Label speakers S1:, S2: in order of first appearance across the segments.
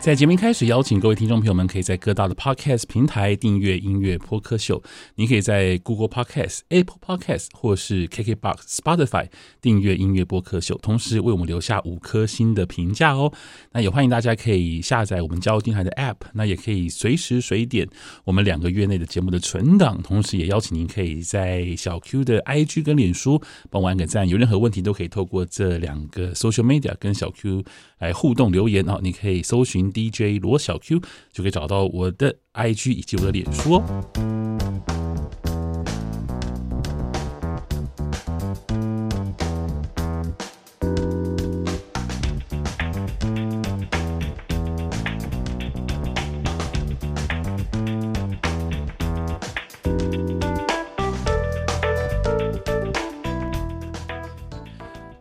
S1: 在节目一开始，邀请各位听众朋友们，可以在各大的 Podcast 平台订阅《音乐播客秀》，你可以在 Google Podcast、Apple Podcast 或是 KKBox、Spotify 订阅《音乐播客秀》，同时为我们留下五颗星的评价哦。那也欢迎大家可以下载我们交电台的 App，那也可以随时随点我们两个月内的节目的存档，同时也邀请您可以在小 Q 的 IG 跟脸书帮我按个赞，有任何问题都可以透过这两个 social media 跟小 Q 来互动留言哦。你可以搜寻 DJ 罗小 Q 就可以找到我的 IG 以及我的脸书哦。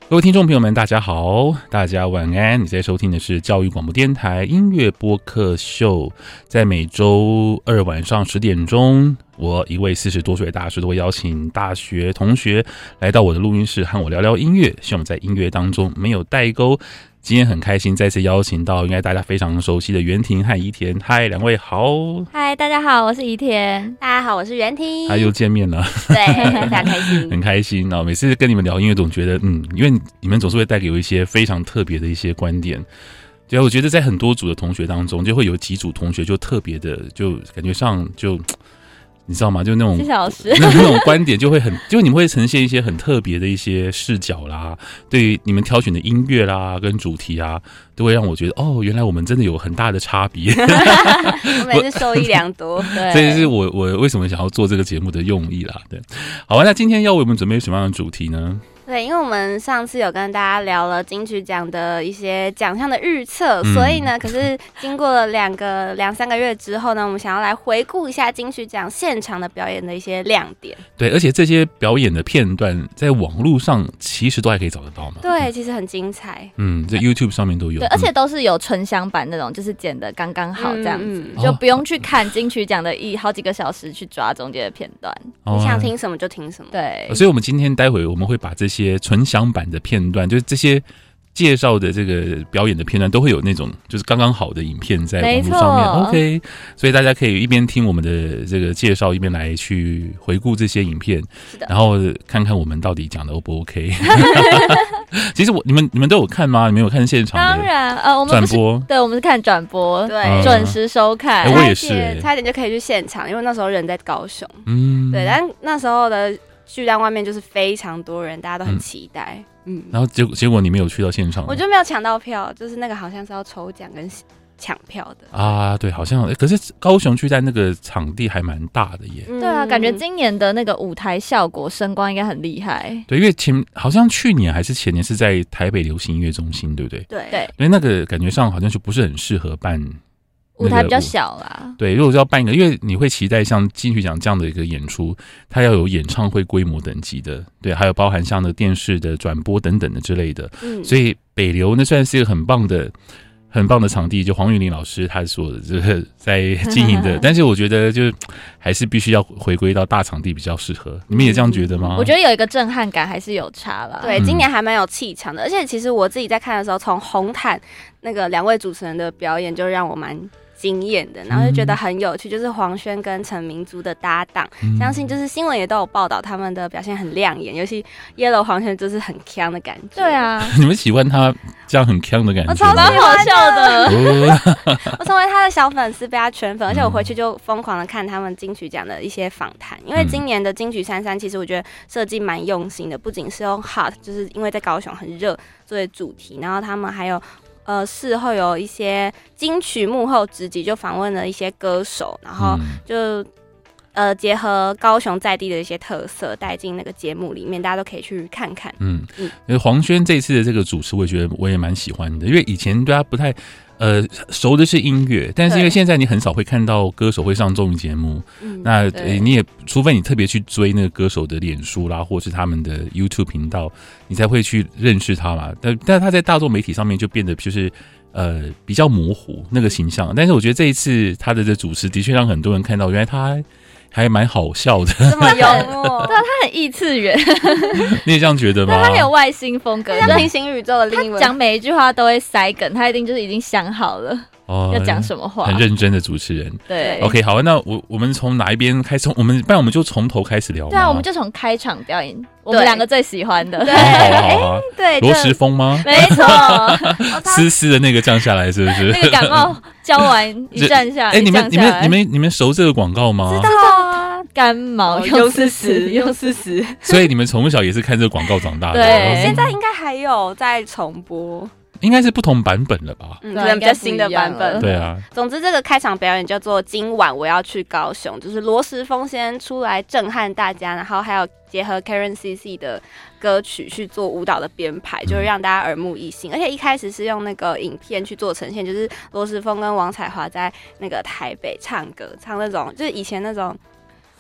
S1: 各位听众朋友们，大家好，大家晚安。你在收听的是教育广播电台音乐播客秀，在每周二晚上十点钟，我一位四十多岁的大师都会邀请大学同学来到我的录音室和我聊聊音乐，希望我们在音乐当中没有代沟。今天很开心再次邀请到应该大家非常熟悉的袁婷和怡田，嗨，两位好，
S2: 嗨，大家好，我是怡田。
S3: 大家好，我是袁婷。
S1: 嗨，又见面了。
S3: 对，非常开 心。
S1: 很开心啊！每次跟你们聊音乐，总觉得嗯，因为你们总是会带给我一些非常特别的一些观点。对啊，我觉得在很多组的同学当中，就会有几组同学就特别的，就感觉上就你知道吗？就那种
S2: 谢谢老
S1: ，
S2: 师
S1: 那那种观点就会很，就你们会呈现一些很特别的一些视角啦，对于你们挑选的音乐啦跟主题啊，都会让我觉得哦，原来我们真的有很大的差 别。
S3: 我们也是受益良 多。
S1: 这也
S3: 对，
S1: 是我我为什么想要做这个节目的用意啦。对，好啊，那今天要为我们准备什么样的主题呢？
S3: 对，因为我们上次有跟大家聊了金曲奖的一些奖项的预测，
S1: 嗯
S3: 所以呢，可是经过了两个两三个月之后呢，我们想要来回顾一下金曲奖现场的表演的一些亮点。
S1: 对，而且这些表演的片段在网络上其实都还可以找得到嘛。
S3: 对，其实很精彩。
S1: 嗯，在 YouTube 上面都有。
S2: 对，而且都是有纯享版那种，就是剪的刚刚好这样子，
S3: 嗯
S1: 嗯
S2: 就不用去看金曲奖的一好几个小时去抓中间的片段。
S1: 嗯
S3: 你想。
S1: 哦
S3: 听什么就听什么。
S2: 对
S1: 呃，所以，我们今天待会我们会把这些纯享版的片段，就是这些介绍的这个表演的片段，都会有那种就是刚刚好的影片在网络上面。
S2: 没错
S1: OK，所以大家可以一边听我们的这个介绍，一边来去回顾这些影片，
S3: 是的
S1: 然后看看我们到底讲的 O 不 OK。其实我你们你们都有看吗？你们有看现场
S2: 当
S1: 的
S2: 然，呃，我们
S1: 转
S2: 不是
S1: 播？
S2: 对，我们是看转播，
S1: 嗯
S3: 对，
S2: 准时收看
S1: 哎。我也
S3: 差一点
S1: 是
S3: 差一点就可以去现场，因为那时候人在高雄。
S1: 嗯，
S3: 对，但那时候的巨蛋外面就是非常多人，大家都很期待。嗯，
S1: 然后结果结果你没有去到现场，
S3: 我就没有抢到票，就是那个好像是要抽奖跟抢票的。
S1: 啊，对，好像诶可是高雄巨蛋那个场地还蛮大的耶。
S3: 对
S2: 对啊，感觉
S3: 嗯
S2: 今年的那个舞台效果、声光应该很厉害。
S1: 对，因为前好像去年还是前年是在台北流行音乐中心，对不对？
S3: 对
S2: 对
S1: 因为那个感觉上好像就不是很适合办。
S2: 舞台比较
S1: 舞
S2: 小啦，
S1: 对，如果是要办一个，因为你会期待像金曲奖这样的一个演出，它要有演唱会规模等级的，对，还有包含像的电视的转播等等的之类的。
S3: 嗯
S1: 所以北流那算是一个很棒的、很棒的场地，就黄韵玲老师她所这个 在经营的。但是我觉得就是还是必须要回归到大场地比较适合。你们也这样觉得吗？
S2: 嗯我觉得有一个震撼感还是有差啦。
S3: 对，
S1: 嗯
S3: 今年还蛮有气场的，而且其实我自己在看的时候，从红毯那个两位主持人的表演就让我蛮惊艳
S1: 嗯
S3: 的，然后就觉得很有趣，就是黄轩跟陈明珠的搭档，
S1: 嗯
S3: 相信就是新闻也都有报道他们的表现很亮眼，尤其 Yellow 黄轩就是很强的感觉。
S2: 对，啊，
S1: 你们喜欢他这样很腔的感觉吗？
S3: 我超
S2: 蛮好笑的。
S1: 哦，
S3: 我成为他的小粉丝，被他圈粉，而且我
S1: 嗯
S3: 回去就疯狂的看他们金曲奖的一些访谈，因为
S1: 嗯
S3: 今年的金曲三三，其实我觉得设计蛮用心的，不仅是用 hot，就是因为在高雄很热作为主题，然后他们还有。呃，事后有一些金曲幕后直击，就访问了一些歌手，然后
S1: 嗯
S3: 就、呃结合高雄在地的一些特色带进那个节目里面，大家都可以去 看看。
S1: 嗯
S3: 嗯，
S1: 因为黄轩这一次的这个主持，我也觉得我也蛮喜欢的，因为以前对他不太呃熟的是音乐，但是因为
S3: 对
S1: 现在你很少会看到歌手会上综艺节目，
S3: 嗯，
S1: 那
S2: 对
S1: 呃你也除非你特别去追那个歌手的脸书啦，或是他们的 YouTube 频道，你才会去认识他嘛。但但他在大众媒体上面就变得就是呃比较模糊那个形象，但是我觉得这一次他的这主持的确让很多人看到，原来他还蛮好笑的，
S3: 这么幽默，
S2: 他 很异次元，
S1: 你也这样觉得吗？
S2: 但他很有外星风格，就
S3: 就
S2: 是
S3: 像平行宇宙的另一位
S2: 讲每一句话都会塞梗，他一定就是已经想好了。
S1: 哦
S2: 要讲什么啊话
S1: 很。认真的主持人。
S2: 对
S1: OK，好，啊那我我们从哪一边开始？从我们，不然我们就从头开始聊吗。
S2: 对啊，我们就从开场表演，我们两个最喜欢的。
S3: 对
S1: 好好好好啊，
S2: 哎
S3: 对，
S1: 罗
S3: 这
S1: 时峰吗？
S2: 没 错，
S3: 哦他
S1: 丝丝的那个降下来是不是？
S2: 那个感冒浇 完一站下，
S1: 哎，你们
S2: 一
S1: 你
S2: 站下
S1: 们
S2: 来
S1: 你们你们熟这个广告吗？
S3: 啊，
S2: 感冒
S3: 用
S2: 用
S3: 四
S2: 四
S3: 十，
S2: 十用
S3: 用四十。
S1: 所以你们从小也是看这个广告长大的。
S2: 对
S3: 现在应该还有在重播，
S1: 应该是不同版本了吧？
S3: 嗯，
S2: 对啊
S3: 可能比较
S2: 应该不
S3: 新的
S2: 一样
S3: 版本
S2: 了。
S1: 对啊，
S3: 总之，这个开场表演叫做“今晚我要去高雄”，就是罗时峰先出来震撼大家，然后还有结合 Karen CC 的歌曲去做舞蹈的编排，就是让大家耳目一新。而且一开始是用那个影片去做呈现，就是罗时峰跟王彩华在那个台北唱歌，唱那种就是以前那种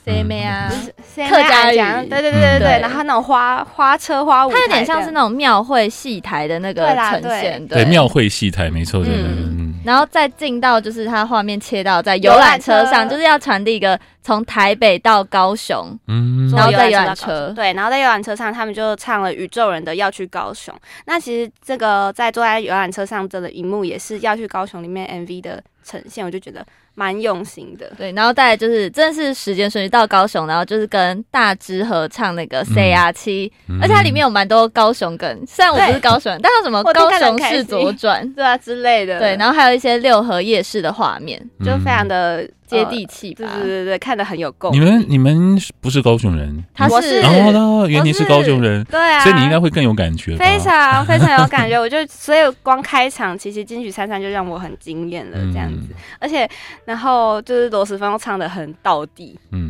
S2: 谁妹啊
S3: 就？是
S2: 客家语
S3: 对对对对对，
S2: 嗯
S3: 然后那种花花车花舞台
S2: 它
S3: 这样，
S2: 有点像是那种庙会戏台的那个
S3: 对啦
S2: 呈现，
S1: 对庙会戏台，没错，对对对。嗯
S2: 然后再进到就是它画面切到在
S3: 游
S2: 游
S3: 览
S2: 览
S3: 车
S2: 车上，就是要传递一个从台北到高雄，
S1: 嗯
S3: 坐
S2: 然后在游
S3: 到
S2: 览
S3: 高
S2: 车
S3: 雄，对，然后在游览车上，他们就唱了宇宙人的《要去高雄》。那其实这个在坐在游览车上这个一幕，也是《要去高雄》里面 MV 的呈现，我就觉得蛮用心的。
S2: 对，然后再来就是真的是时间顺序到高雄，然后就是跟大支合唱那
S1: 嗯
S2: 个 C R 七，而且它里面有蛮多高雄梗，虽然我不是高雄人，但有什么
S3: 我听
S2: 高
S3: 感很
S2: 雄
S3: 开
S2: 市
S3: 心
S2: 左转，
S3: 对啊，之类的，
S2: 嗯对，然后还有一些六合夜市的画面，
S3: 就非常
S1: 的。
S3: 的、
S2: 接
S3: 呃
S2: 地气吧
S3: 对。对对对，看得很有共
S1: 嗯你
S3: 鸣。
S1: 们你们不是高雄人，
S2: 他
S3: 我
S2: 是哦
S3: 是
S1: 然后呢，原来你是高雄人，
S3: 对啊，
S1: 所以你应该会更有感觉吧。
S3: 非常非常有感觉。我就所以光开场，其实金曲三三就让我很惊艳了，这样
S1: 嗯
S3: 子。而且然后就是罗时峰唱的很到地，
S1: 嗯，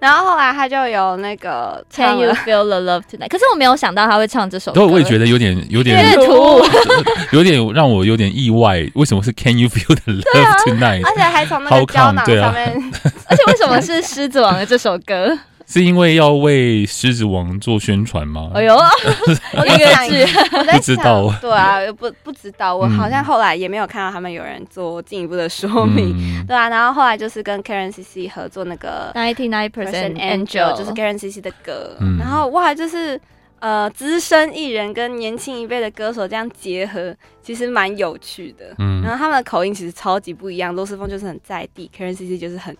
S3: 然后后来他就有那个唱
S2: Can
S3: 了
S2: you feel the love tonight？可是我没有想到他会唱这首歌，
S1: 然后我也觉得有点有
S2: 有点
S1: 点
S2: 突兀。
S1: 有点让我有点意外，为什么是 Can you feel the
S3: 对啊
S1: love tonight？
S2: 哎
S3: 而且还从那个
S1: How
S3: 胶
S1: come？
S3: 囊
S1: 对啊
S3: 上面，
S2: 而且为什么是《狮子王》的这首歌？
S1: 是因为要为狮子王做宣传吗？
S2: 哎呦，
S3: 我
S2: 音
S3: 在想
S2: 乐剧，
S3: 我在
S1: 不知道
S3: 想对啊，不不知道，我
S1: 嗯
S3: 好像后来也没有看到他们有人做进一步的说明，
S1: 嗯，
S3: 对啊，然后后来就是跟 Karen CC 合作那个
S2: Ninety Nine Percent Angel，
S3: 就是 Karen CC 的歌，
S1: 嗯
S3: 然后哇，就是呃资深艺人跟年轻一辈的歌手这样结合，其实蛮有趣的。然
S2: 啊
S1: 嗯，
S3: 后他们的口音其实超级不一样，罗斯峰就是很在地，Karen CC 就是很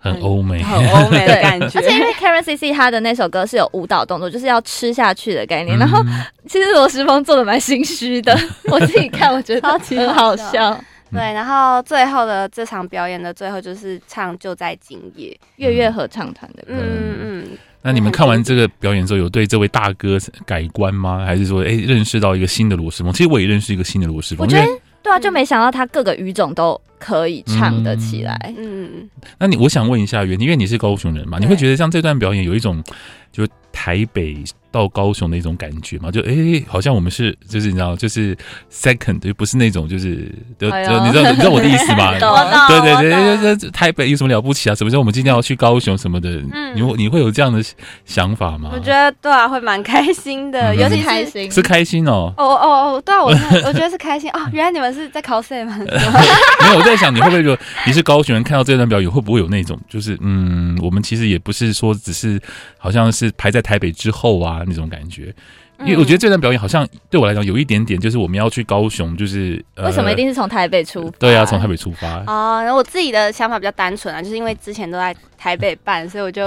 S1: 很欧美，
S3: 很欧美的感 觉
S2: 而。且因为 Karen CC 她的那首歌是有舞蹈动作，就是要吃下去的概念。
S1: 嗯
S2: 然后其实罗时峰做的蛮心虚的，我自己看我觉得
S3: 超级
S2: 很
S3: 好
S2: 好
S3: 笑
S2: 笑。
S1: 嗯
S3: 对，然后最后的这场表演的最后就是唱《就在今夜》，
S2: 月月合唱团的歌，
S3: 嗯嗯，
S1: 那你们看完这个表演之后，有对这位大哥改观吗？还是说，哎，认识到一个新的罗时峰？其实我也认识一个新的罗时峰。
S2: 我觉得
S1: 因为
S2: 对啊，就没想到他各个语种都可以唱得起来。
S3: 嗯，
S1: 那你我想问一下袁，因为你是高雄人嘛，你会
S2: 对
S1: 觉得像这段表演有一种就台北到高雄的一种感觉吗？就哎、好像我们是就是你知道，就是 second，就不是那种就是就
S2: 哎
S1: 就
S2: 呦
S1: 你知道你知道我的意思吗？
S2: 懂
S3: 我
S1: 对
S3: 懂，
S1: 对对，这
S3: 我懂
S1: 这这台北有什么了不起啊？什么时候我们今天要去高雄什么的？
S3: 嗯
S1: 你会你会有这样的想法吗？
S3: 我觉得对啊，会蛮开心的，
S1: 嗯
S3: 尤
S2: 尤
S3: 其
S2: 其
S3: 是，
S2: 开。心，
S1: 是开心哦
S3: 哦哦哦，对啊，我看我觉得是开心哦。原来你们是在 cos 吗？
S1: 没有我在想你会不会说你是高雄人，看到这段表演会不会有那种就是嗯，我们其实也不是说只是好像是排在台北之后啊那种感觉，
S2: 嗯
S1: 因为我觉得这段表演好像对我来讲有一点点就是我们要去高雄，就是、呃、
S2: 为什么一定是从台北出？
S1: 对啊，从台北出发，
S3: 哦，然后我自己的想法比较单纯啊，就是因为之前都在台北办，所以我 就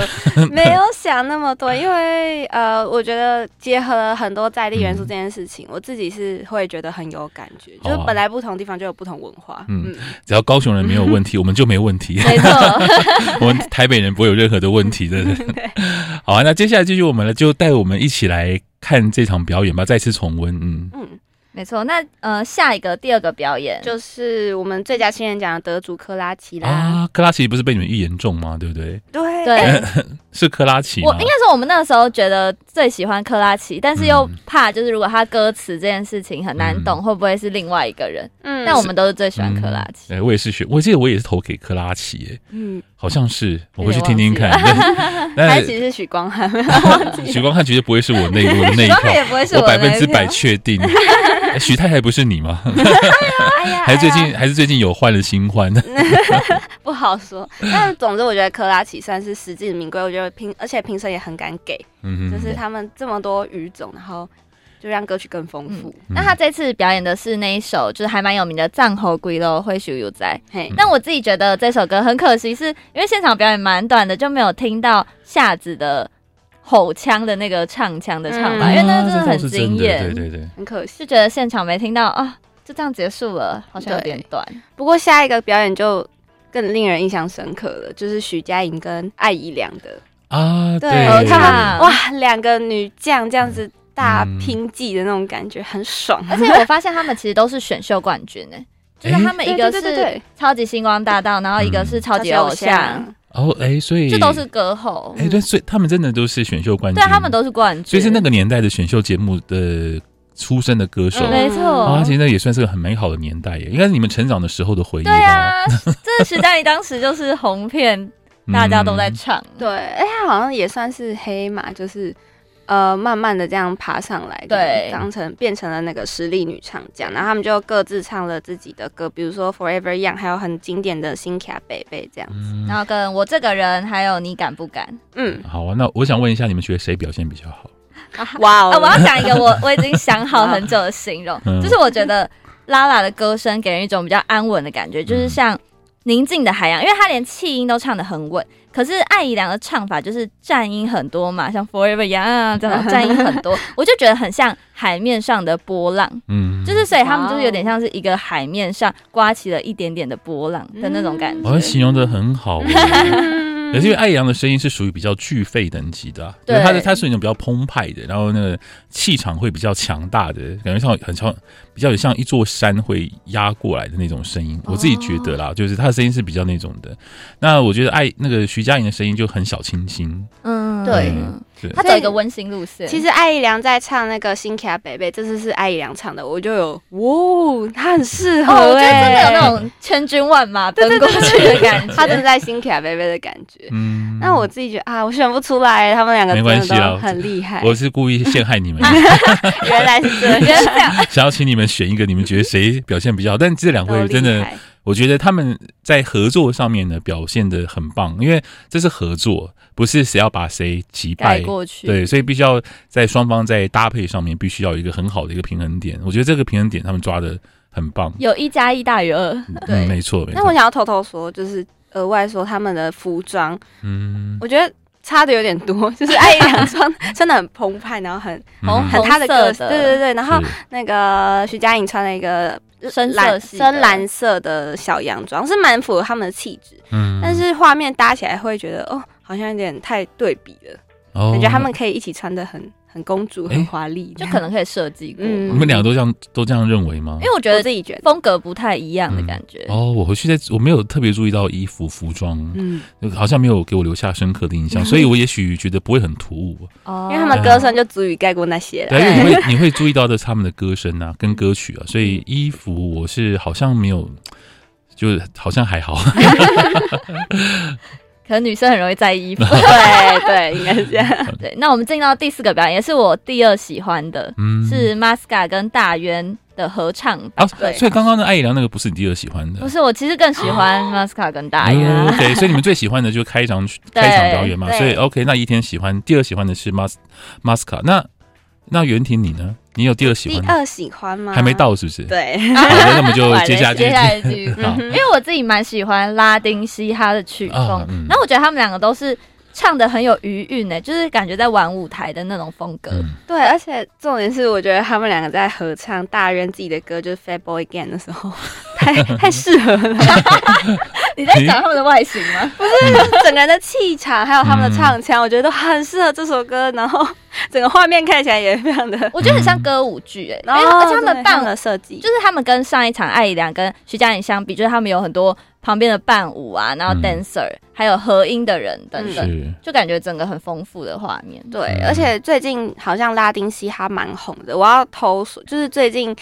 S3: 没有想那么多。因为呃，我觉得结合了很多在地元
S1: 嗯
S3: 素这件事情，我自己是会觉得很有感觉，
S1: 好
S3: 就
S1: 啊
S3: 是本来不同地方就有不同文化。
S1: 嗯
S3: 嗯，
S1: 只要高雄人没有问题，我们就没问 题。
S2: 没错，
S1: 我们台北人不会有任何的问题的。 好啊，那接下来继续我们了，就带我们一起来看这场表演吧，再次重温。嗯，
S3: 嗯，
S2: 没错。那呃，下一个第二个表演
S3: 就是我们最佳新人奖的得主克拉奇啦，
S1: 啊，克拉奇不是被你们预言中吗？对不对？
S3: 对
S2: 对。
S3: 哎
S1: 是克拉奇
S2: 我
S1: 吗
S2: 应？该说，我们那时候觉得最喜欢克拉奇，但是又
S1: 嗯
S2: 怕就是如果他歌词这件事情很难懂，
S1: 嗯
S2: 会不会是另外一个人？
S3: 嗯
S2: 但我们都是最喜欢克拉奇。
S1: 哎、我也是选，我记得我也是投给克拉奇、耶
S3: 嗯，
S1: 好像 是，我回去
S2: 有
S1: 听
S2: 点
S1: 听看。
S3: 开
S1: 但
S3: 始是许光汉，
S1: 许光汉绝对不会是我那我的那一
S2: 许光汉
S1: 票，
S2: 也不会是
S1: 我
S2: 我的
S1: 百
S2: 那
S1: 分
S2: 一
S1: 之百
S2: 票
S1: 确定。 哎许太太不是你吗？
S3: 哎呀
S1: 还是最近还是最近有换了新欢？
S2: 嗯
S3: 不好说。但总之，我觉得克拉奇算是实至名归。我觉得评，而且评审也很敢给，
S1: 嗯哼，
S3: 就是他们这么多语种，然后就让歌曲更丰富。
S1: 嗯
S2: 那他这次表演的是那一首，就是还蛮有名的《藏猴鬼咯会许有在》。
S1: 嗯
S3: 嘿，
S2: 但我自己觉得这首歌很可惜，是因为现场表演蛮短的，就没有听到夏子的吼腔的那个唱腔的唱法，
S3: 嗯
S2: 啊因为那个真
S1: 这
S2: 的
S1: 倒
S2: 很
S1: 哦是真的，
S2: 惊
S1: 对
S2: 艳，
S1: 对对，
S3: 很可惜。
S2: 就觉得现场没听到啊，就这样结束了，好像有点短。
S3: 不过下一个表演就更令人印象深刻了，就是徐佳莹跟艾怡良的，
S1: 啊，
S3: 对
S2: 哦
S1: 对，
S2: 他们
S3: 哇，两个女将这样子
S1: 嗯
S3: 大拼技的那种感觉，很爽。
S2: 而且我发现他们其实都是选秀冠军 诶、就是他们 一个
S3: 对对对
S2: 是
S3: 对
S2: 超级星光大道，然后一
S1: 嗯
S2: 个是超级偶像，
S1: 哦，哎，所以
S2: 这都是歌后，
S1: 哎，对，所以他们真的都是选秀冠军，
S2: 对他们都是冠军，
S1: 所以是那个年代的选秀节目的出身的歌手。
S3: 嗯
S2: 没错，
S1: 啊，其实那也算是个很美好的年代耶，应该是你们成长的时候的回忆吧。
S2: 对啊， 这徐佳莹当时就是红遍，
S1: 嗯
S2: 大家都在唱。
S3: 对，哎，他好像也算是黑马，就是。呃，慢慢的这样爬上来，
S2: 对
S3: 当成变成了那个实力女唱将，然后他们就各自唱了自己的歌，比如说《Forever Young》，还有很经典的《新卡贝贝》这样。
S1: 嗯
S2: 然后跟我这个人，还有你敢不敢？
S3: 嗯，
S1: 好啊，那我想问一下，你们觉得谁表现比较好？
S3: 哇
S2: 啊，
S3: 哦，
S2: 我要讲一个我我已经想好很久的形容
S1: 嗯，
S2: 就是我觉得拉拉的歌声给人一种比较安稳的感觉，
S1: 嗯
S2: 就是像宁静的海洋，因为她连气音都唱得很稳。可是艾怡良的唱法就是战音很多嘛，像 Forever Young 啊这种战音很 多，我就觉得很像海面上的波浪。
S1: 嗯，
S2: 就是所以他们就是有点
S3: 哇哦
S2: 像是一个海面上刮起了一点点的波浪的那种感觉。
S1: 嗯我形容的很 好耶，可是因为艾扬的声音是属于比较巨肺等级的啊、
S2: 对
S1: 就是他的他是那种比较澎湃的，然后那个气场会比较强大的，感觉像很像比较有像一座山会压过来的那种声音。
S2: 哦
S1: 我自己觉得啦，就是他的声音是比较那种的。那我觉得艾那个徐佳莹的声音就很小清新，
S2: 嗯，
S3: 对
S1: 嗯对
S2: 他走一个温馨路线。
S3: 其实艾怡良在唱那个《新卡北北》，这次是艾怡良唱的，我就有哇，他很适合、
S2: 哦，我
S3: 欸，
S2: 觉得真的有那种千军万马奔过去的感
S3: 他真的
S2: 觉。
S3: 在《新卡北北》的感觉。
S1: 嗯
S3: 那我自己觉得啊，我选不出来，他们两个
S1: 没
S3: 真
S1: 关系
S3: 的
S1: 啦
S3: 都很厉害。
S1: 我是故意陷害 你们，
S3: 原来是这
S2: 原来
S3: 样，
S2: 是这样，
S1: 想要请你们选一个你们觉得谁表现比较好，但这两位
S3: 都
S1: 真
S3: 厉
S1: 的
S3: 害。
S1: 我觉得他们在合作上面呢表现的很棒，因为这是合作，不是谁要把谁击
S2: 改
S1: 败。
S2: 过去。
S1: 对，所以必须要在双方在搭配上面必须要有一个很好的一个平衡点。我觉得这个平衡点他们抓的很棒。
S2: 有一加一大于二，
S3: 对
S1: 嗯、没错，没
S3: 那我
S1: 错。
S3: 想要偷偷说，就是额外说他们的服装，
S1: 嗯，
S3: 我觉得。差的有点多， 就是艾怡 良穿穿的很澎湃，然后很
S2: 红
S3: 很她的
S2: 红
S3: 个
S2: 色
S3: 性，
S2: 的
S3: 对对对，然后
S1: 嗯是
S3: 那个徐佳莹穿了一个
S2: 深色
S3: 呃蓝
S2: 系的
S3: 深蓝色的小洋装，是蛮符合他们的气质，
S1: 嗯
S3: 但是画面搭起来会觉得哦，好像有点太对比了，
S1: 哦
S3: 感觉他们可以一起穿的很很公主、
S1: 诶
S3: 很华丽，
S2: 就可能可以设计过。
S3: 嗯
S2: 因
S1: 你们两个都这样都这样认为吗？
S2: 为我觉
S3: 我
S2: 得
S3: 自己觉得，
S2: 风格不太一样的感觉。
S1: 哦，我回去再我没有特别注意到衣服服装，
S3: 嗯，
S1: 好像没有给我留下深刻的印象，
S3: 嗯
S1: 所以我也许觉得不会很突兀。
S2: 哦
S3: 因为他们歌声就足以盖过那些了。
S1: 啊对，啊因为你会你会注意到的是他们的歌声啊，跟歌曲啊，所以衣服我是好像没有，就是好像还好。
S2: 可能女生很容易在意衣服。
S3: 对对，应该是这样。
S1: 嗯
S2: 对，那我们进到第四个表演，也是我第二喜欢的，
S1: 嗯，
S2: 是 Masca 跟大渊的合唱版。
S1: 啊，
S3: 对
S1: 所以刚刚的艾怡良那个不是你第二喜欢的，
S2: 不是，我其实更喜欢
S3: 哦
S2: Masca 跟大渊。
S1: 嗯 OK，所以你们最喜欢的就是开场曲、
S2: 对
S1: 开场表演嘛。
S3: 对
S1: 所以 OK，那一天喜欢，第二喜欢的是 Mas Masca。那那袁婷你呢？你有第二喜
S3: 第
S1: 欢的？
S3: 二喜欢吗？
S1: 还没。到是不 是？
S3: 对，
S1: 好的，那我们就接下
S2: 接
S1: 去。
S2: 下来一句，
S1: 好
S2: 因为我自己蛮喜欢拉丁嘻哈的曲风
S1: 啊，嗯
S2: 然后我觉得他们两个都是唱的很有余韵呢、就是感觉在玩舞台的那种风格。
S1: 嗯，
S3: 对，而且重点是，我觉得他们两个在合唱大渊自己的歌，就是《Fat Boy Again》的时候，太太适合了，
S2: 你在讲他们的外形吗？
S3: 整个人的气场，还有他们的唱腔，我觉得都很适合这首歌。然后整个画面看起来也非 常的，
S2: 我觉得很像歌舞剧哎、
S3: 然
S2: 因
S3: 后
S2: 为而且他们伴
S3: 的设计，
S2: 就是他们跟上一场艾怡良跟徐佳莹相比，就是他们有很多旁边的伴舞啊，然后
S1: 嗯
S2: dancer，、还有合音的人等等，
S1: 是
S2: 就感觉整个很丰富的画面。
S3: 对，
S1: 嗯
S3: 而且最近好像拉丁嘻哈蛮红的。我要投诉，就是最近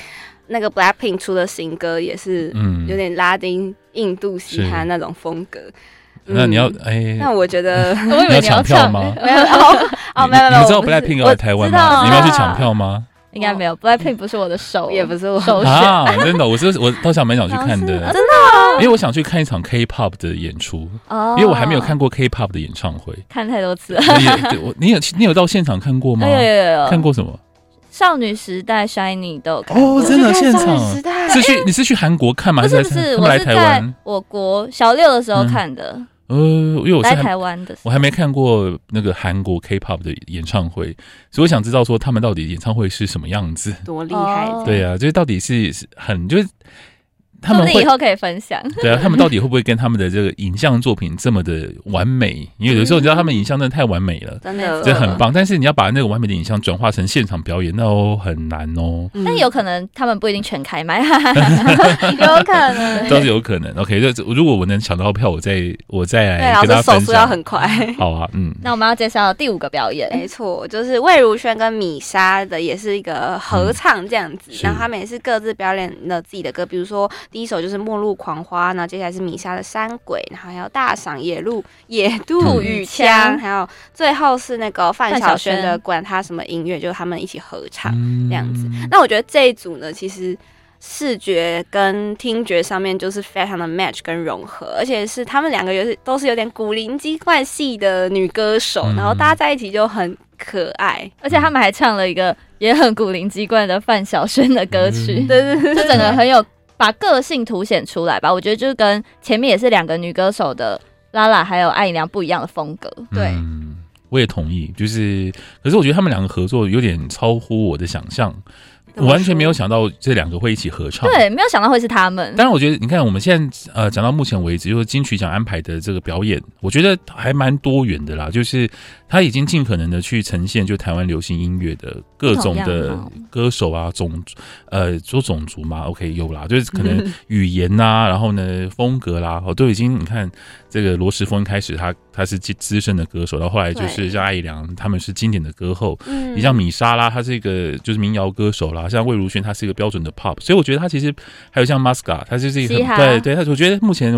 S3: 那个 Blackpink 出的新歌也是
S1: 嗯
S3: 有。点拉丁、印度嘻哈
S1: 是
S3: 那种风格。
S1: 那你要
S3: 嗯
S1: 哎，
S3: 那我觉得
S2: 我以
S1: 你
S2: 为
S1: 要
S2: 你要
S1: 抢票吗
S2: 唱？
S3: 没有 哦，哦
S1: 你
S3: 没有没有，
S1: 你知道
S3: 我不是
S1: Blackpink 要来台湾
S2: 我知道
S1: 吗？
S2: 啊
S1: 你们要去抢票吗？
S2: 应该没有，Blackpink 不是我的手，
S3: 也不是我
S2: 首选。
S1: 啊，真的，我是我倒想蛮想去看
S3: 老师啊
S1: 的，
S3: 真的
S1: 因为我想去看一场 K-pop 的演出，
S2: 哦
S1: 因为我还没有看过 K-pop 的演唱会。
S2: 看太多次了。
S1: 所以对我你有去你有到现场看过吗
S2: 哎？呦呦呦，
S1: 看过什么？
S2: 少女时代、Shiny 都有看过。
S1: 哦，真的
S3: 我
S1: 现
S3: 是看少
S1: 场
S3: 女时代，
S1: 是去你是去韩国看吗？
S2: 不
S1: 还
S2: 是
S1: 是
S2: 不
S1: 在他们来
S2: 是，我是
S1: 台
S2: 在
S1: 湾？
S2: 我国小六的时候看的，
S1: 呃，因为我是
S2: 来
S1: 还
S2: 台湾的时
S1: 我还没看过那个韩国 K-pop 的演唱会，所以我想知道说他们到底演唱会是什么样子。
S3: 多厉害！
S2: 哦
S1: 对啊，就是到底是是很就是他
S2: 候，说
S1: 们
S2: 不定
S1: 会
S2: 以后可以分享。
S1: 对啊，他们到底会不会跟他们的这个影像作品这么的完美？因为有时候你知道他们影像真的太完美了，
S3: 真的，
S2: 嗯
S1: 这很棒，但是你要把那个完美的影像转化成现场表演，那哦很难 哦，
S3: 嗯。
S2: 但有可能他们不一定全开麦， 有可 能。
S1: 倒是有可能。OK，这如果我能抢到票，我再我再
S3: 对，然
S1: 来
S3: 后
S1: 哎跟大家
S3: 这手
S1: 分
S3: 速要
S1: 享。
S3: 很快。
S1: 好啊，嗯，
S2: 那我们要介绍第五个表演，
S3: 没错，就是魏如萱跟米莎的也是一个合唱这样子，
S1: 嗯是
S3: 然后他们也是各自表演了自己的歌，比如说第一首就是《末路狂花》，然后接下来是米莎的《山鬼》，然后还有《大赏野路野渡与枪》
S2: 嗯
S3: 还有最后是那个范晓
S2: 范
S3: 萱
S2: 晓
S3: 的
S2: 萱
S3: 《管他什么音乐》，就是他们一起合唱。
S1: 这
S3: 这样子
S1: 嗯
S3: 那我觉得这一组呢，其实视觉跟听觉上面就是非常的 match 跟融合，而且是他们两个也是都是有点古灵精怪系的女歌手，
S1: 嗯
S3: 然后大家在一起就很可爱。
S2: 而且他们还唱了一个也很古灵精怪的范晓萱的歌曲，
S3: 对对对，
S2: 就整个很有把个性凸显出来吧。我觉得就是跟前面也是两个女歌手的拉拉还有艾怡良不一样的风格。
S3: 对
S1: 嗯，我也同意。就是，可是我觉得他们两个合作有点超乎我的想象，我
S3: 怎么
S1: 完全没有
S3: 说。
S1: 想到这两个会一起合唱。。
S2: 对，没有想到会是他们。
S1: 当然，我觉得你看我们现在呃讲到目前为止，就是金曲奖安排的这个表演，我觉得还蛮多元的啦。就是他已经尽可能的去呈现就台湾流行音乐的各种
S2: 不同
S1: 的
S2: 样哦貌
S1: 歌手啊，种呃说种族嘛，OK 有啦，就是可能语言呐、然后呢风格啦，哦都已经你看这个罗时峰一开始他他是资资深的歌手，然后后来就是
S3: 对
S1: 像艾怡良他们是经典的歌后，
S3: 嗯
S1: 你像米莎啦，她是一个就是民谣歌手啦，像魏如萱，她是一个标准的 pop，所以我觉得她其实还有像 Masca，她就是一个
S2: 嘻哈
S1: 很对对，她我觉得目前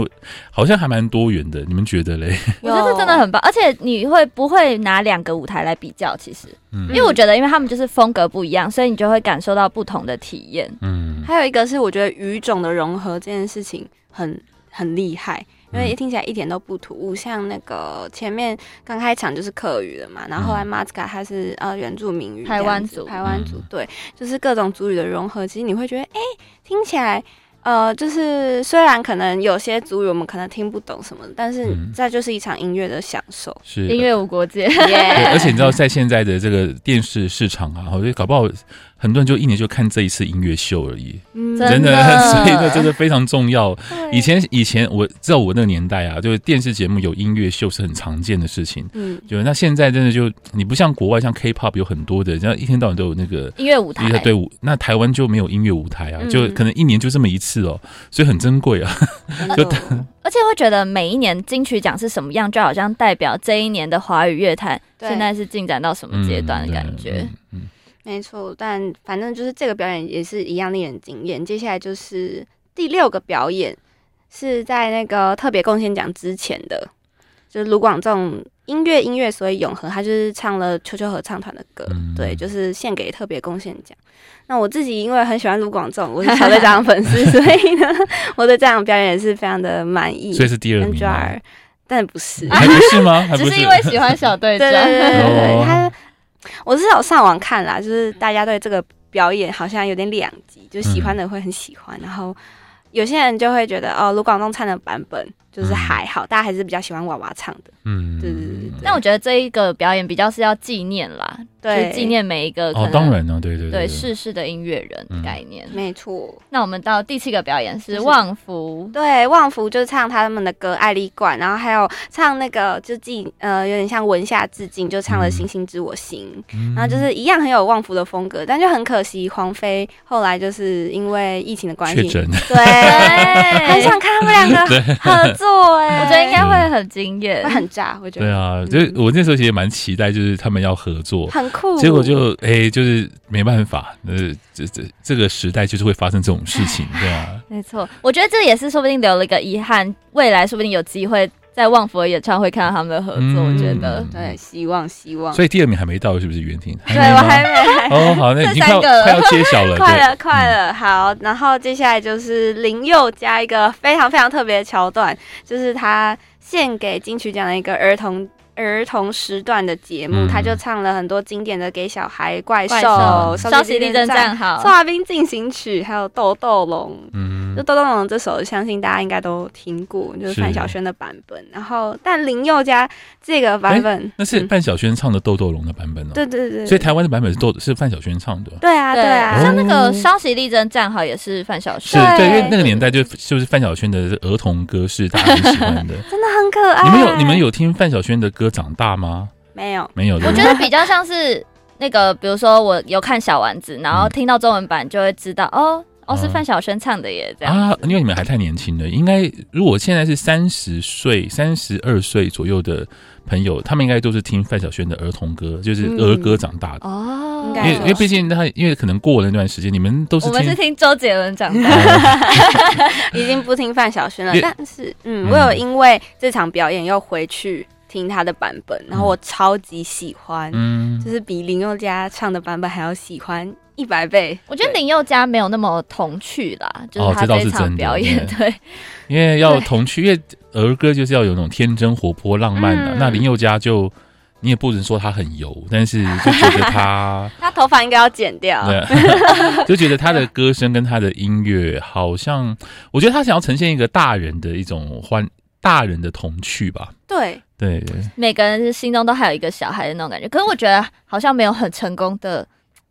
S1: 好像还蛮多元的，你们觉得嘞？
S2: 我觉得这真的很棒，而且你会不会拿两个舞台来比较？其实，
S1: 嗯
S2: 因为我觉得，因为他们就是风格不一样，所以你就会感受到不同的体验。
S1: 嗯，
S3: 还有一个是我觉得语种的融合这件事情很很厉害。因为
S1: 嗯
S3: 听起来一点都不突兀，像那个前面刚开场就是客语的嘛，然后后来 m a s k a 他是呃原住民语这样
S2: 台
S3: 子，
S2: 湾族
S3: 台湾族
S1: 嗯
S3: 对，就是各种族语的融合，其实你会觉得，哎、听起来。呃，就是虽然可能有些族语我们可能听不懂什么的，但是
S1: 嗯
S3: 这就是一场音乐的享受。
S1: 是
S2: 音乐无国 界，
S1: 对，而
S3: 耶
S1: 且你知道，在现在的这个电视市场啊，我觉得搞不好很多人就一年就看这一次音乐秀而已，
S3: 嗯
S2: 真
S1: 真的，
S2: 的
S1: 所以那真的非常重要。
S3: 对
S1: 以前以前我在我那个年代啊，就是电视节目有音乐秀是很常见的事情。
S3: 嗯，
S1: 就那现在真的就你不像国外像 K-pop 有很多的，然后一天到晚都有那个
S2: 音乐舞台
S1: 一个队伍，那台湾就没有音乐舞台啊，
S3: 嗯
S1: 就可能一年就这么一次哦，所以很珍贵啊。
S3: 真的
S2: 而且会觉得每一年金曲奖是什么样，就好像代表这一年的华语乐坛
S3: 对
S2: 现在是进展到什么阶段
S1: 嗯
S2: 的感觉。，
S1: 嗯
S3: 没错，但反正就是这个表演也是一样令人惊艳。接下来就是第六个表演，是在那个特别贡献奖之前的，就是卢广仲音乐音乐所以永恒，他就是唱了秋秋合唱团的歌，
S1: 嗯
S3: 对，就是献给特别贡献奖。那我自己因为很喜欢卢广仲，我是小队长的粉丝， 所以呢，我对这场表演也是非常的满意
S1: 嗯所以。是第二
S3: 跟
S1: 名
S3: j
S1: 吗，
S3: a 但不是，
S1: 还不是吗？还不
S2: 只是因为喜欢小队长
S3: 对，对对对 对
S1: 哦
S3: 对，他我是有上网看啦，就是大家对这个表演好像有点两极，就喜欢的会很喜欢，然后有些人就会觉得哦，卢广仲唱的版本就是还好，大家还是比较喜欢娃娃唱的。
S1: 嗯
S3: 对对对对
S2: 但我觉得这一个表演比较是要纪念啦，就
S3: 对，
S2: 是纪，念每一个可
S1: 哦，
S2: 能
S1: 当然了，对对嗯
S2: 对逝世的音乐人的概念。
S3: 没错。
S2: 那我们到第七个表演是
S3: 就是
S2: 旺福，
S3: 对，旺福就是唱他们的歌《爱丽冠》，然后还有唱那个就敬呃，有点像文夏致敬，就唱了
S1: 嗯
S3: 《星星知我心》
S1: 嗯
S3: 然后就是一样很有旺福的风格，但就很可惜，黄飞后来就是因为疫情的关
S1: 确
S3: 系，
S1: 诊，
S3: 对，很
S1: 哎
S2: 很
S3: 想看他 们两个合作哎、
S2: 我觉得应该会很惊艳
S3: 会。很炸，我觉
S1: 对
S3: 得、
S1: 啊，就是我那时候其实也蛮期待，就是他们要合作。
S3: 很酷。
S1: 结果就哎、就是没办法，呃，这这这个时代就是会发生这种事情，对啊，
S2: 没错，我觉得这也是说不定留了一个遗憾，未来说不定有机会在旺福的演唱会看到他们的合作。我觉得
S1: 嗯
S3: 对，希望希望。
S1: 所以第二名还没到，是不是？袁婷，
S3: 对
S1: 没
S3: 我
S1: 吗
S3: 还没，
S1: 哦，好，那已
S2: 这
S1: 经快要
S2: 三个了
S1: 快要揭晓了，
S3: 快
S1: 对嗯
S3: 了快了，好。然后接下来就是林宥嘉一个非常非常特别的桥段，就是他献给金曲奖的一个儿童。儿童时段的节目，
S1: 嗯
S3: 他就唱了很多经典的《给小孩》《怪兽
S2: 怪》
S1: 兽
S3: 《
S2: 稍息地震站好
S3: 宋，华斌进行曲》，还有《豆豆龙》。
S1: 嗯
S3: 就《豆豆龙》这首，相信大家应该都听过，就是
S1: 是
S3: 范晓萱的版本。然后，但林宥嘉这个版本，
S1: 那是
S3: 嗯
S1: 范晓萱唱的《豆豆龙》的版本哦，
S3: 对对对，
S1: 所以台湾的版本是豆是范晓萱唱的，
S3: 对啊对啊，
S2: 像那个稍息地震站好也是范晓
S1: 哦是
S2: 萱，
S1: 对，因为那个年代就就是范晓萱的儿童歌是大家很喜欢 的。
S3: 真的很可爱。
S1: 你们有你们有听范晓萱的歌长大吗？
S3: 没有？
S1: 没有，对
S2: 我
S1: 不
S2: 觉
S1: 对
S2: 得比较像是那个，比如说我有看小丸子，然后听到中文版就会知道，哦哦是范晓萱唱的耶，这样。
S1: 啊，因为你们还太年轻了，应该如果现在是三十岁、三十二岁左右的朋友，他们应该都是听范晓萱的儿童歌，就是儿歌长大的。
S2: 嗯哦，
S3: 应该
S1: 因为
S3: 是
S1: 因为毕竟他因为可能过了那段时间，你们都是
S2: 我们是
S1: 听。
S2: 听周杰伦长 大，
S1: 啊
S3: 已经不听范晓萱了
S1: 也，
S3: 但是嗯，
S1: 嗯
S3: 我有因为这场表演又回去听她的版本，然后我超级喜欢，
S1: 嗯，
S3: 就是比林宥嘉唱的版本还要喜欢一百倍。
S2: 我觉得林宥嘉没有那么童趣啦，就是他
S1: 这倒哦是
S2: 一
S1: 真
S2: 场
S1: 的
S2: 表演，
S1: 对
S2: 对，
S1: 因为要童趣，因为儿歌就是要有那种天真、活泼、浪漫的、
S3: 嗯
S1: 那林宥嘉就，你也不能说他很油，但是就觉得他
S3: 他头发应该要剪掉，
S1: 对，啊 就觉得他的歌声跟他的音乐好像，我觉得他想要呈现一个大人的一种欢，大人的童趣吧。
S3: 对，
S1: 对，
S2: 每个人心中都还有一个小孩的那种感觉。可是我觉得好像没有很成功的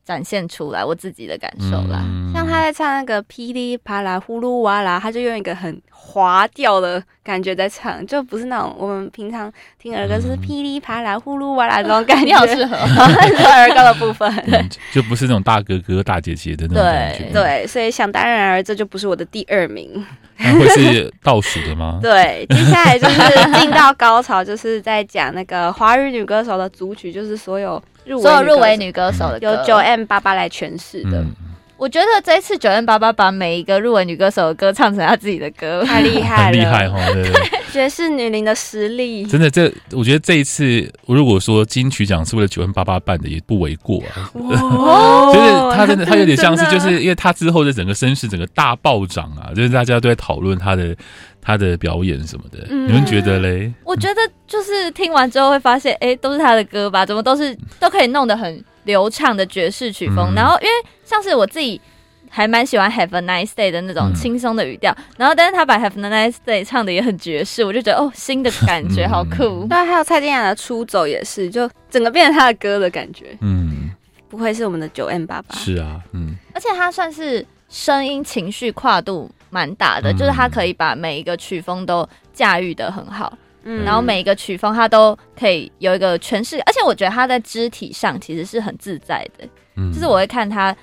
S2: 展现出来我自己的感受啦。
S1: 嗯
S3: 像他在唱那个噼里啪啦呼噜哇啦，他就用一个很滑调的感觉在唱，就不是那种我们平常听儿歌就是
S1: 嗯
S3: 噼里啪啦呼噜哇啦这种感 觉。
S2: 你好适合，
S3: 儿歌的 部分。
S1: 嗯就不是那种大哥哥、大姐姐的那种感觉，
S2: 对
S3: 对，所以想当然而这就不是我的第二名。
S1: 那会是倒数的吗？
S3: 对，接下来就是进到高潮，就是在讲那个华语女歌手的组曲，就是所有入
S2: 所有入围
S3: 歌
S2: 女歌手的
S3: 手由
S2: 歌，
S3: 九 M 八八来诠释的，
S1: 嗯，
S2: 我觉得这一次九 N 八八把每一个入围女歌手的歌唱成她自己的歌，
S3: 太厉 害了，
S1: 很厉害，哈，对对对。
S3: 爵士女伶的实力。
S1: 真的，这我觉得这一次，如果说金曲奖是为了九 N 八八办的，也不为过啊。
S3: 哦
S1: 就是他真的，他有点像是，
S3: 真
S1: 就
S3: 的
S1: 是因为他之后的整个声势整个大暴涨啊，就是大家都在讨论他的他的表演什么的。
S3: 嗯
S1: 你们觉得嘞？
S2: 我觉得就是听完之后会发现，哎、都是她的歌吧？怎么都是都可以弄得很流畅的爵士曲风？
S1: 嗯
S2: 然后因为像是我自己还蛮喜欢 Have a Nice Day 的那种
S1: 嗯
S2: 轻松的语调，然后但是她把 Have a Nice Day 唱的也很爵士，我就觉得哦，新的感觉
S1: 嗯
S2: 好酷。
S3: 对，还有蔡健雅的《出走》也是，就整个变成她的歌的感觉，
S1: 嗯，
S3: 不愧是我们的九 M 八八。
S1: 是啊，嗯，
S2: 而且她算是声音情绪跨度蛮大的，
S1: 嗯
S2: 就是她可以把每一个曲风都驾驭的很好。
S3: 嗯
S2: 然 后每一个曲风它都可以有一个诠释，而且我觉得他在肢体上其实是很自在的，
S1: 嗯
S2: 就是我会看他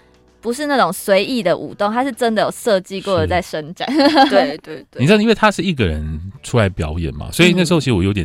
S2: 不是那种随意的舞动，他是真的有设计过的
S1: 是
S2: 在伸 展。
S3: 对对对
S1: 你，知道，因为他是一个人出来表演嘛，所以那时候其实我有点，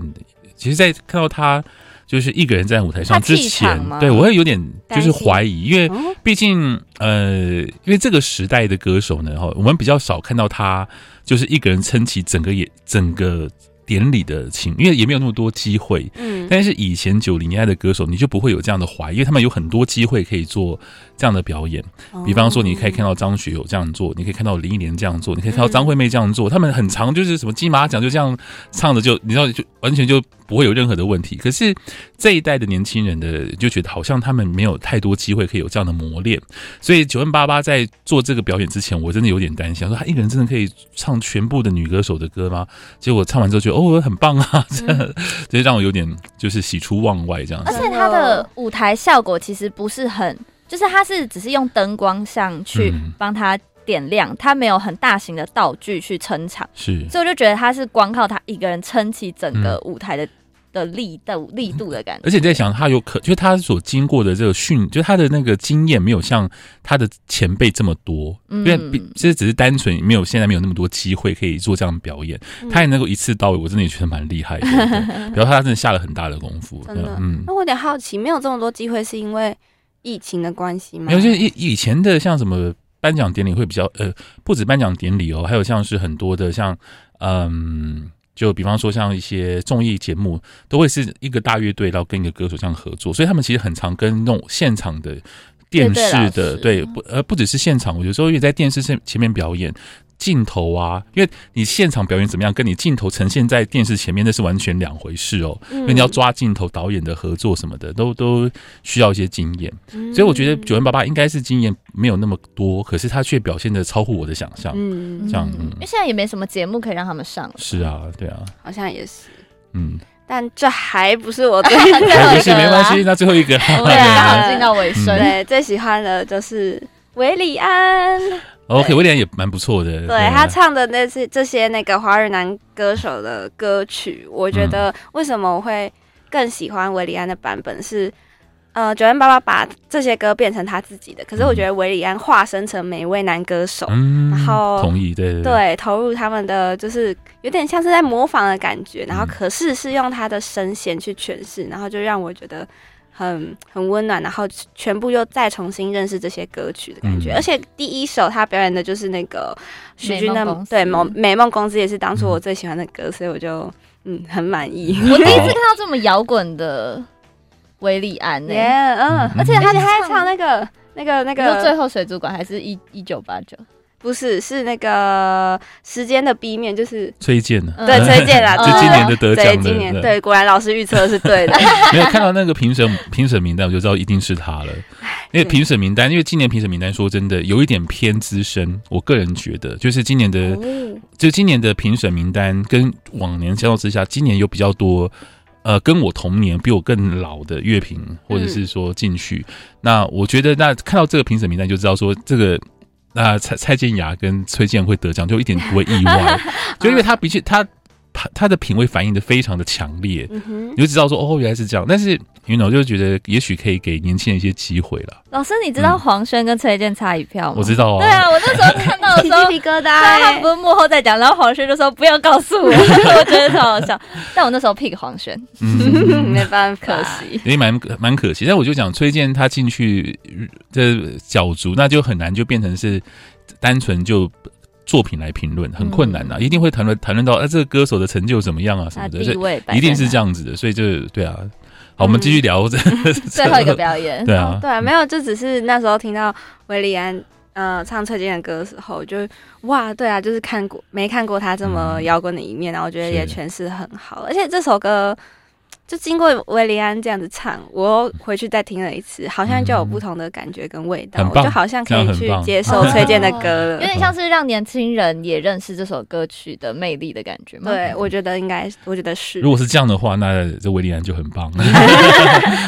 S1: 其实，在看到他就是一个人站在舞台上
S2: 他气
S1: 之前
S2: 场吗，
S1: 对我会有点就是
S3: 担心
S1: 怀疑，因为
S3: 哦
S1: 毕竟呃，因为这个时代的歌手呢，哈，我们比较少看到他就是一个人撑起整个也整个典礼的情，因为也没有那么多机会。
S3: 嗯，
S1: 但是以前九零年代的歌手，你就不会有这样的怀疑，因为他们有很多机会可以做这样的表演。
S3: 哦
S1: 比方说，你可以看到张学友这样做，你可以看到林忆莲这样做，你可以看到张惠妹这样做，他们很常就是什么金马奖就这样唱着就，你知道就完全就不会有任何的问题。可是这一代的年轻人的就觉得好像他们没有太多机会可以有这样的磨练，所以九万八八在做这个表演之前，我真的有点担心，想说他一个人真的可以唱全部的女歌手的歌吗？结果唱完之后觉得哦很棒啊， 这样就让我有点就是喜出望外这样
S2: 而
S1: 子。
S2: 且他的舞台效果其实不是很，就是他是只是用灯光上去
S1: 嗯
S2: 帮他点亮，他没有很大型的道具去撑场，
S1: 是，
S2: 所以我就觉得他是光靠他一个人撑起整个舞台的、的力度力度的感觉。
S1: 嗯而且你在想，他有可就是他所经过的这个训，就是他的那个经验没有像他的前辈这么多，
S2: 嗯
S1: 因为比这只是单纯没有现在没有那么多机会可以做这样的表演，
S3: 嗯
S1: 他也能够一次到位，我真的也觉得蛮厉害的。对 比如他真的下了很大的功夫，
S3: 真的
S1: 嗯。
S3: 那我有点好奇，没有这么多机会是因为疫情的关系吗？
S1: 没有，就是以以前的像什么颁奖典礼会比较呃，不止颁奖典礼哦，还有像是很多的像嗯。就比方说，像一些综艺节目，都会是一个大乐队，然后跟一个歌手这样合作，所以他们其实很常跟那种现场的电视
S2: 对对老
S1: 的
S2: 师
S1: 对不呃不只是现场，我有时候也在电视前前面表演，镜头啊，因为你现场表演怎么样，跟你镜头呈现在电视前面那是完全两回事哦。
S2: 嗯
S3: 嗯
S1: 因为你要抓镜头、导演的合作什么的，都都需要一些经验。
S3: 嗯，
S1: 所以我觉得九零八八应该是经验没有那么多，可是他却表现的超乎我的想象。
S3: 嗯，
S1: 这样嗯
S2: 因为现在也没什么节目可以让他们上了。
S1: 是啊，对啊，
S3: 好像也是，
S1: 嗯，
S3: 但这还不是我 最
S1: 没事
S2: 最后一
S1: 没
S2: 个
S1: 关
S2: 啦
S1: 系，那啊嗯最后 一个啦
S2: 我们啊刚好进到尾声，
S3: 对最喜欢的就是韦礼安，
S1: ，OK，威廉也蛮不错的。啊
S3: 对他唱的那些这些那个华语男歌手的歌曲，我觉得为什么我会更喜欢韦礼安的版本是，呃，九零八八把这些歌变成他自己的，可是我觉得韦礼安化身成每一位男歌手，
S1: 嗯，
S3: 然后
S1: 同意，对对，
S3: 对，投入他们的就是有点像是在模仿的感觉，然后
S1: 嗯
S3: 可是是用他的声线去诠释，然后就让我觉得很很温暖，然后全部又再重新认识这些歌曲的感觉。
S1: 嗯
S3: 而且第一首他表演的就是那个许君
S2: 美梦
S3: 的
S2: 公司
S3: 对《梦美梦公司》，也是当初
S1: 嗯
S3: 我最喜欢的歌，所以我就嗯很满意。
S2: 我第一
S1: 嗯
S2: 次看到这么摇滚的维里安 呢、
S3: 耶，嗯，
S1: 而且
S3: 而且他还
S2: 唱
S3: 唱那个那个那
S2: 你说最
S3: 个
S2: 后水族馆还是一一九八九？
S3: 不是是那个时间的 B 面，就是
S1: 崔健呢？
S2: 嗯
S3: 对崔健啦，
S2: 这
S1: 就
S3: 对
S1: 今年的得
S3: 对
S1: 奖的，
S3: 今年对，果然老师预测的是对的。
S1: 没有看到那个评审评审名单，我就知道一定是他了。因为评审名单，因为今年评审名单说真的有一点偏资深，我个人觉得，就是今年
S3: 哦
S1: 的，
S2: 哦
S1: 就今年的评审名单跟往年相较之下，今年有比较多。呃，跟我同年、比我更老的乐评，或者是说进去，那我觉得，那看到这个评审名单就知道说，这个那蔡蔡健雅跟崔健会得奖，就一点不会意外，就因为他比起他他他的品味反应的非常的强烈，
S3: 嗯哼，
S1: 你就知道说哦，原来是这样。但是 you know 就觉得也许可以给年轻人一些机会了。
S2: 老师，你知道黄轩跟崔健差一票吗？
S1: 嗯我知道
S2: 对
S1: 啊，
S2: 啊，我那时候看到的
S3: 起
S2: 时候
S3: 鸡，皮疙瘩
S2: 对啊他
S3: 欸、
S2: 们不是幕后在讲，然后黄轩就说不要告诉 我，我觉得超好笑。但我那时候 pick 黄轩，
S1: 嗯，
S3: 没办法，
S2: 可
S3: 欸可惜。
S1: 也蛮蛮可惜。但我就讲崔健他进去这角逐，那就很难就变成是单纯就。作品来评论很困难呐、啊一定会谈论谈论到啊，这个歌手的成就怎么样啊什
S2: 他
S1: 么的，
S2: 嗯地位啊摆
S1: 这
S2: 在
S1: 一定是
S2: 那
S1: 这样子的，所以就对啊。好，我们继续聊这
S2: 嗯 最后一个表演，哦
S1: 对啊，
S3: 对啊，没有，就只是那时候听到韦礼安呃唱崔健的歌的时候，我就哇，对啊，就是看过没看过他这么
S1: 嗯
S3: 摇滚的一面，然后我觉得
S1: 是
S3: 也诠释得很好，而且这首歌。就经过韦礼安这样子唱，我又回去再听了一次，好像就有不同的感觉跟味道，
S1: 嗯很
S3: 我
S1: 棒
S3: 就好像可
S1: 这
S3: 以
S1: 样很
S3: 去
S1: 棒
S3: 接受 崔健的歌
S2: 有
S3: 了。
S2: 点像是让年轻人也认识这首歌曲的魅力的感觉吗？
S3: 对，我觉得应该，我觉得是。
S1: 如果是这样的话，那这威廉就很棒，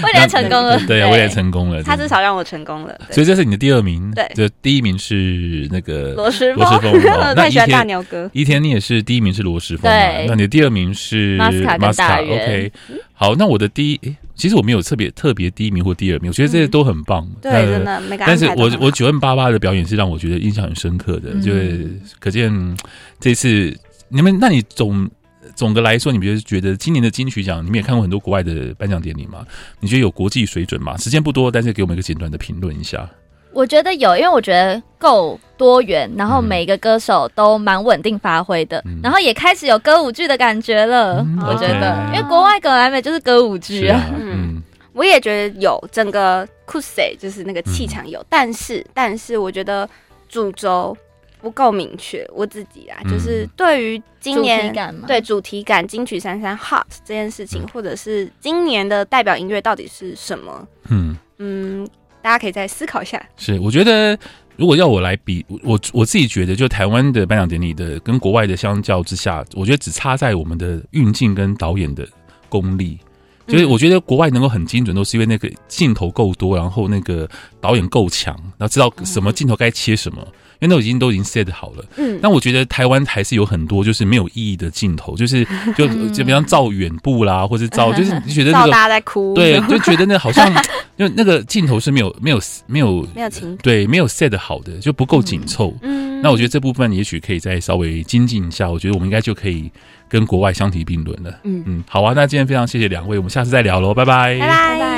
S2: 威廉成功了，
S1: 对啊，威廉成功了，
S3: 他
S1: 真的
S3: 至少让我成功了。对
S1: 所以这是你的第二名，
S3: 对
S1: 就第一名是那个
S3: 罗时
S1: 罗时，
S3: 丰
S1: 丰， 哦
S3: 我
S1: 那
S3: 太
S1: 一
S3: 喜欢大
S1: 天
S3: 牛哥。
S1: 一天你也是第一名是罗时丰嘛，
S2: 对
S1: 那你的第二名是
S2: Masca 跟大
S1: Masca
S2: 人
S1: OK，好，那我的第一，诶其实我没有特别特别第一名或第二名，我觉得这些都很棒，
S3: 对，
S1: 那
S3: 真。的每个安
S1: 但是
S3: 排都
S1: 我
S3: 很好
S1: 我九 N 八八的表演是让我觉得印象很深刻的，
S2: 嗯
S1: 就是可见嗯这次你们，那你总总的来说，你们觉得今年的金曲奖，你们也看过很多国外的颁奖典礼吗？你觉得有国际水准吗？时间不多，但是给我们一个简短的评论一下。
S2: 我觉得有，因为我觉得够多元，然后
S1: 嗯
S2: 每个歌手都蛮稳定发挥的，
S1: 嗯
S2: 然后也开始有歌舞剧的感觉了。
S1: 嗯
S2: 呃我觉
S1: OK
S2: 得，因为国外格莱美就是歌舞剧
S1: 是
S2: 啊，
S1: 啊，
S3: 嗯
S1: 嗯，
S3: 我也觉得有整个 c u s e 就是那个
S1: 嗯
S3: 气场有，但是但是我觉得主轴不够明确，我自己啊，
S1: 嗯
S3: 就是对于今
S2: 主
S3: 年
S2: 题。感嘛，
S3: 对主题感、金曲三三 hot 这件事
S1: 嗯
S3: 情，或者是今年的代表音乐到底是什么？
S1: 嗯，
S3: 嗯，大家可以再思考一下。
S1: 是，我觉得如果要我来比，我我我自己觉得，就台湾的颁奖典礼的跟国外的相较之下，我觉得只差在我们的运镜跟导演的功力。
S3: 嗯
S1: 就是我觉得国外能够很精准，都是因为那个镜头够多，然后那个导演够强，然后知道
S3: 哦
S1: 什么镜头该切什么，因为那已经都已经 set 好了。
S3: 嗯，
S1: 但我觉得台湾还是有很多就是没有意义的镜头， 就是就就比方照远部啦，或是照就是你觉得那
S3: 照
S1: 个
S3: 大家在哭，
S1: 对，就觉得那好像 就那个镜头是没有没有没有
S3: 没有情感。
S1: 对，没有 set 好的，就不够紧凑。
S3: 嗯
S1: 那我觉
S3: 得，
S1: 得这部分也许可以再稍微精进一下，我觉得我们应该就可以跟国外相提并论了。
S3: 嗯，
S1: 嗯，好啊，那今天非常谢谢两位，我们下次再聊喽，拜拜
S3: 拜拜。